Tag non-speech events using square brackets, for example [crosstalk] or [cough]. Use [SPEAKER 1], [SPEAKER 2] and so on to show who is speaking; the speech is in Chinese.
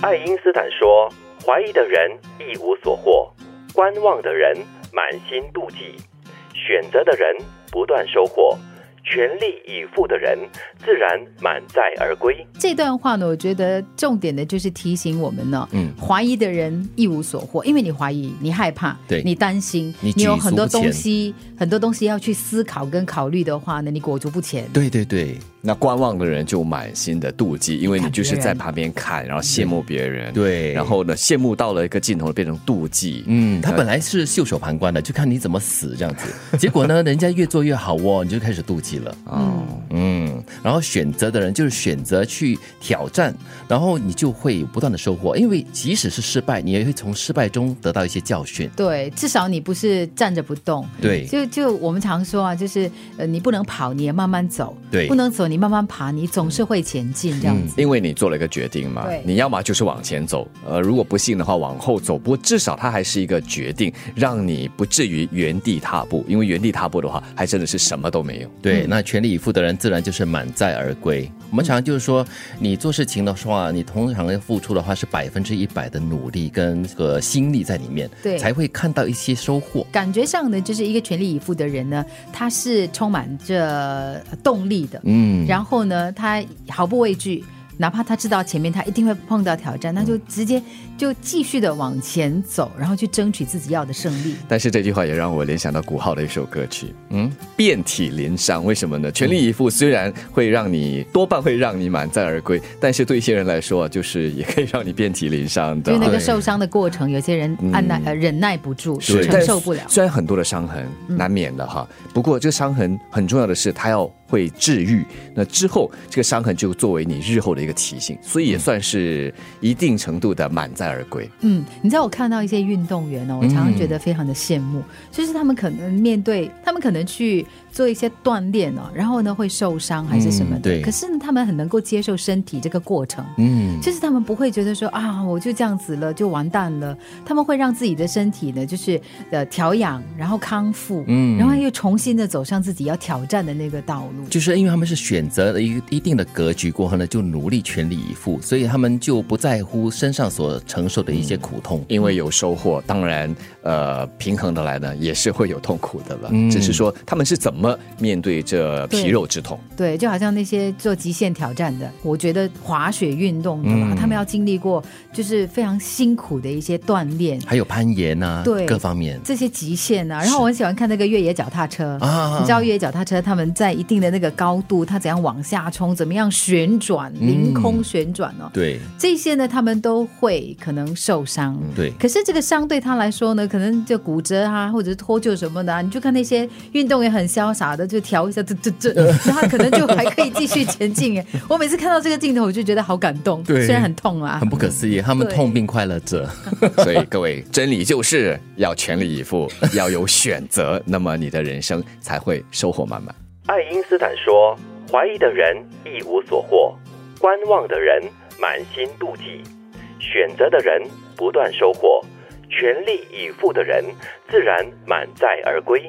[SPEAKER 1] 爱因斯坦说：“怀疑的人一无所获，观望的人满心妒忌，选择的人不断收获，全力以赴的人自然满载而归。
[SPEAKER 2] 这段话呢，我觉得重点的就是提醒我们呢、
[SPEAKER 3] 嗯
[SPEAKER 2] 怀疑的人一无所获，因为你怀疑，你害怕，
[SPEAKER 3] 对
[SPEAKER 2] 你担心，
[SPEAKER 3] 你
[SPEAKER 2] 有
[SPEAKER 3] 举足
[SPEAKER 2] 很多
[SPEAKER 3] 不前
[SPEAKER 2] 东西，很多东西要去思考跟考虑的话呢，你裹足不前。
[SPEAKER 3] 对对对
[SPEAKER 4] 那观望的人就满心的妒忌，因为你就
[SPEAKER 2] 看
[SPEAKER 4] 是
[SPEAKER 2] 别
[SPEAKER 4] 在
[SPEAKER 2] 人
[SPEAKER 4] 旁边看，然后羡慕别人，，
[SPEAKER 3] 对，
[SPEAKER 4] 然后呢，羡慕到了一个尽头，变成妒忌，
[SPEAKER 3] 嗯，他本来是袖手旁观的，就看你怎么死这样子。结果呢，人家越做越好哦，你就开始妒忌了。
[SPEAKER 4] 哦，
[SPEAKER 3] 嗯，然后选择的人就是选择去挑战，然后你就会有不断的收获，因为即使是失败，你也会从失败中得到一些教训。
[SPEAKER 2] 对，至少你不是站着不动。
[SPEAKER 3] 对
[SPEAKER 2] 就就我们常说啊，就是呃，你不能跑，你也慢慢走；
[SPEAKER 3] 对
[SPEAKER 2] 不能走，你慢慢爬，你总是会前进这样子。
[SPEAKER 4] 因为你做了一个决定嘛
[SPEAKER 2] 对，
[SPEAKER 4] 你要么就是往前走，呃，如果不信的话往后走，不过至少它还是一个决定，让你不至于原地踏步，因为原地踏步的话，还真的是什么都没有。
[SPEAKER 3] 对，那全力以赴的人自然就是满载而归。我们常常就是说，你做事情的话，你通常要付出的话是百分之一百的努力跟这个心力在里面，
[SPEAKER 2] 对
[SPEAKER 3] 才会看到一些收获。
[SPEAKER 2] 感觉上呢，就是一个全力以赴的人呢，他是充满着动力的，
[SPEAKER 3] 嗯，
[SPEAKER 2] 然后呢，他毫不畏惧，哪怕他知道前面他一定会碰到挑战，他就直接就继续的往前走，然后去争取自己要的胜利。
[SPEAKER 4] 但是这句话也让我联想到古浩的一首歌曲，嗯，遍体鳞伤。为什么呢？全力以赴虽然会让你多半会让你满载而归，但是对一些人来说，就是也可以让你遍体鳞伤
[SPEAKER 2] 就
[SPEAKER 4] 的
[SPEAKER 2] 是。那个
[SPEAKER 3] 对嗯
[SPEAKER 2] 受伤的过程，有些人按耐、呃忍耐不住，
[SPEAKER 3] 是
[SPEAKER 2] 承受不了。嗯
[SPEAKER 4] 虽然很多的伤痕难免的哈，不过这个伤痕很重要的是，它要会治愈。那之后，这个伤痕就作为你日后的一个提醒，所以也算是一定程度的满载而归。
[SPEAKER 2] 嗯，你知道我看到一些运动员
[SPEAKER 3] 嗯
[SPEAKER 2] 哦，我常常觉得非常的羡慕，就是他们可能面对，他们可能去做一些锻炼哦，然后呢会受伤还是什么的，
[SPEAKER 3] 嗯对
[SPEAKER 2] 可是呢他们很能够接受身体这个过程，
[SPEAKER 3] 嗯，
[SPEAKER 2] 就是他们不会觉得说啊我就这样子了就完蛋
[SPEAKER 3] 嗯
[SPEAKER 2] 了，他们会让自己的身体呢就是呃调养，然后康复，嗯，然后又重新的走上自己要挑战的那个道路。
[SPEAKER 3] 就是因为他们是选择了一一定的格局过后呢，就努力全力以赴，所以他们就不在乎身上所承受的一些苦痛。
[SPEAKER 4] 因为有收获，当然，呃，平衡的来呢，也是会有痛苦的了。
[SPEAKER 3] 嗯
[SPEAKER 4] 只是说他们是怎么面对这皮肉之痛。
[SPEAKER 2] 对，就好像那些做极限挑战的，我觉得滑雪运动的吧，他们要经历过就是非常辛苦的一些锻炼，
[SPEAKER 3] 还有攀岩啊，
[SPEAKER 2] 对
[SPEAKER 3] 各方面。
[SPEAKER 2] 这些极限啊。然后我很喜欢看那个越野脚踏车，
[SPEAKER 3] 啊
[SPEAKER 2] 你知道越野脚踏车他们在一定的那个高度，它怎样往下冲，怎么样旋转，凌空旋转哦。
[SPEAKER 3] 对
[SPEAKER 2] 这些呢，他们都会可能受伤，
[SPEAKER 3] 对，
[SPEAKER 2] 可是这个伤对他来说呢，可能就骨折啊，或者是脱臼什么的、啊。你就看那些运动员很潇洒的，就调一下，这这
[SPEAKER 3] [laughs]
[SPEAKER 2] 这，然后他可能就还可以继续前进。哎，我每次看到这个镜头，我就觉得好感动，
[SPEAKER 3] 对
[SPEAKER 2] 虽然很痛啊
[SPEAKER 3] 很。不可思议，他们
[SPEAKER 2] 对
[SPEAKER 3] 痛并快乐着。
[SPEAKER 4] 所以各位，真理就是要全力以赴，要有选择，那么你的人生才会收获满满。
[SPEAKER 1] 爱因斯坦说：“怀疑的人一无所获，观望的人满心妒忌，选择的人不断收获，全力以赴的人自然满载而归。”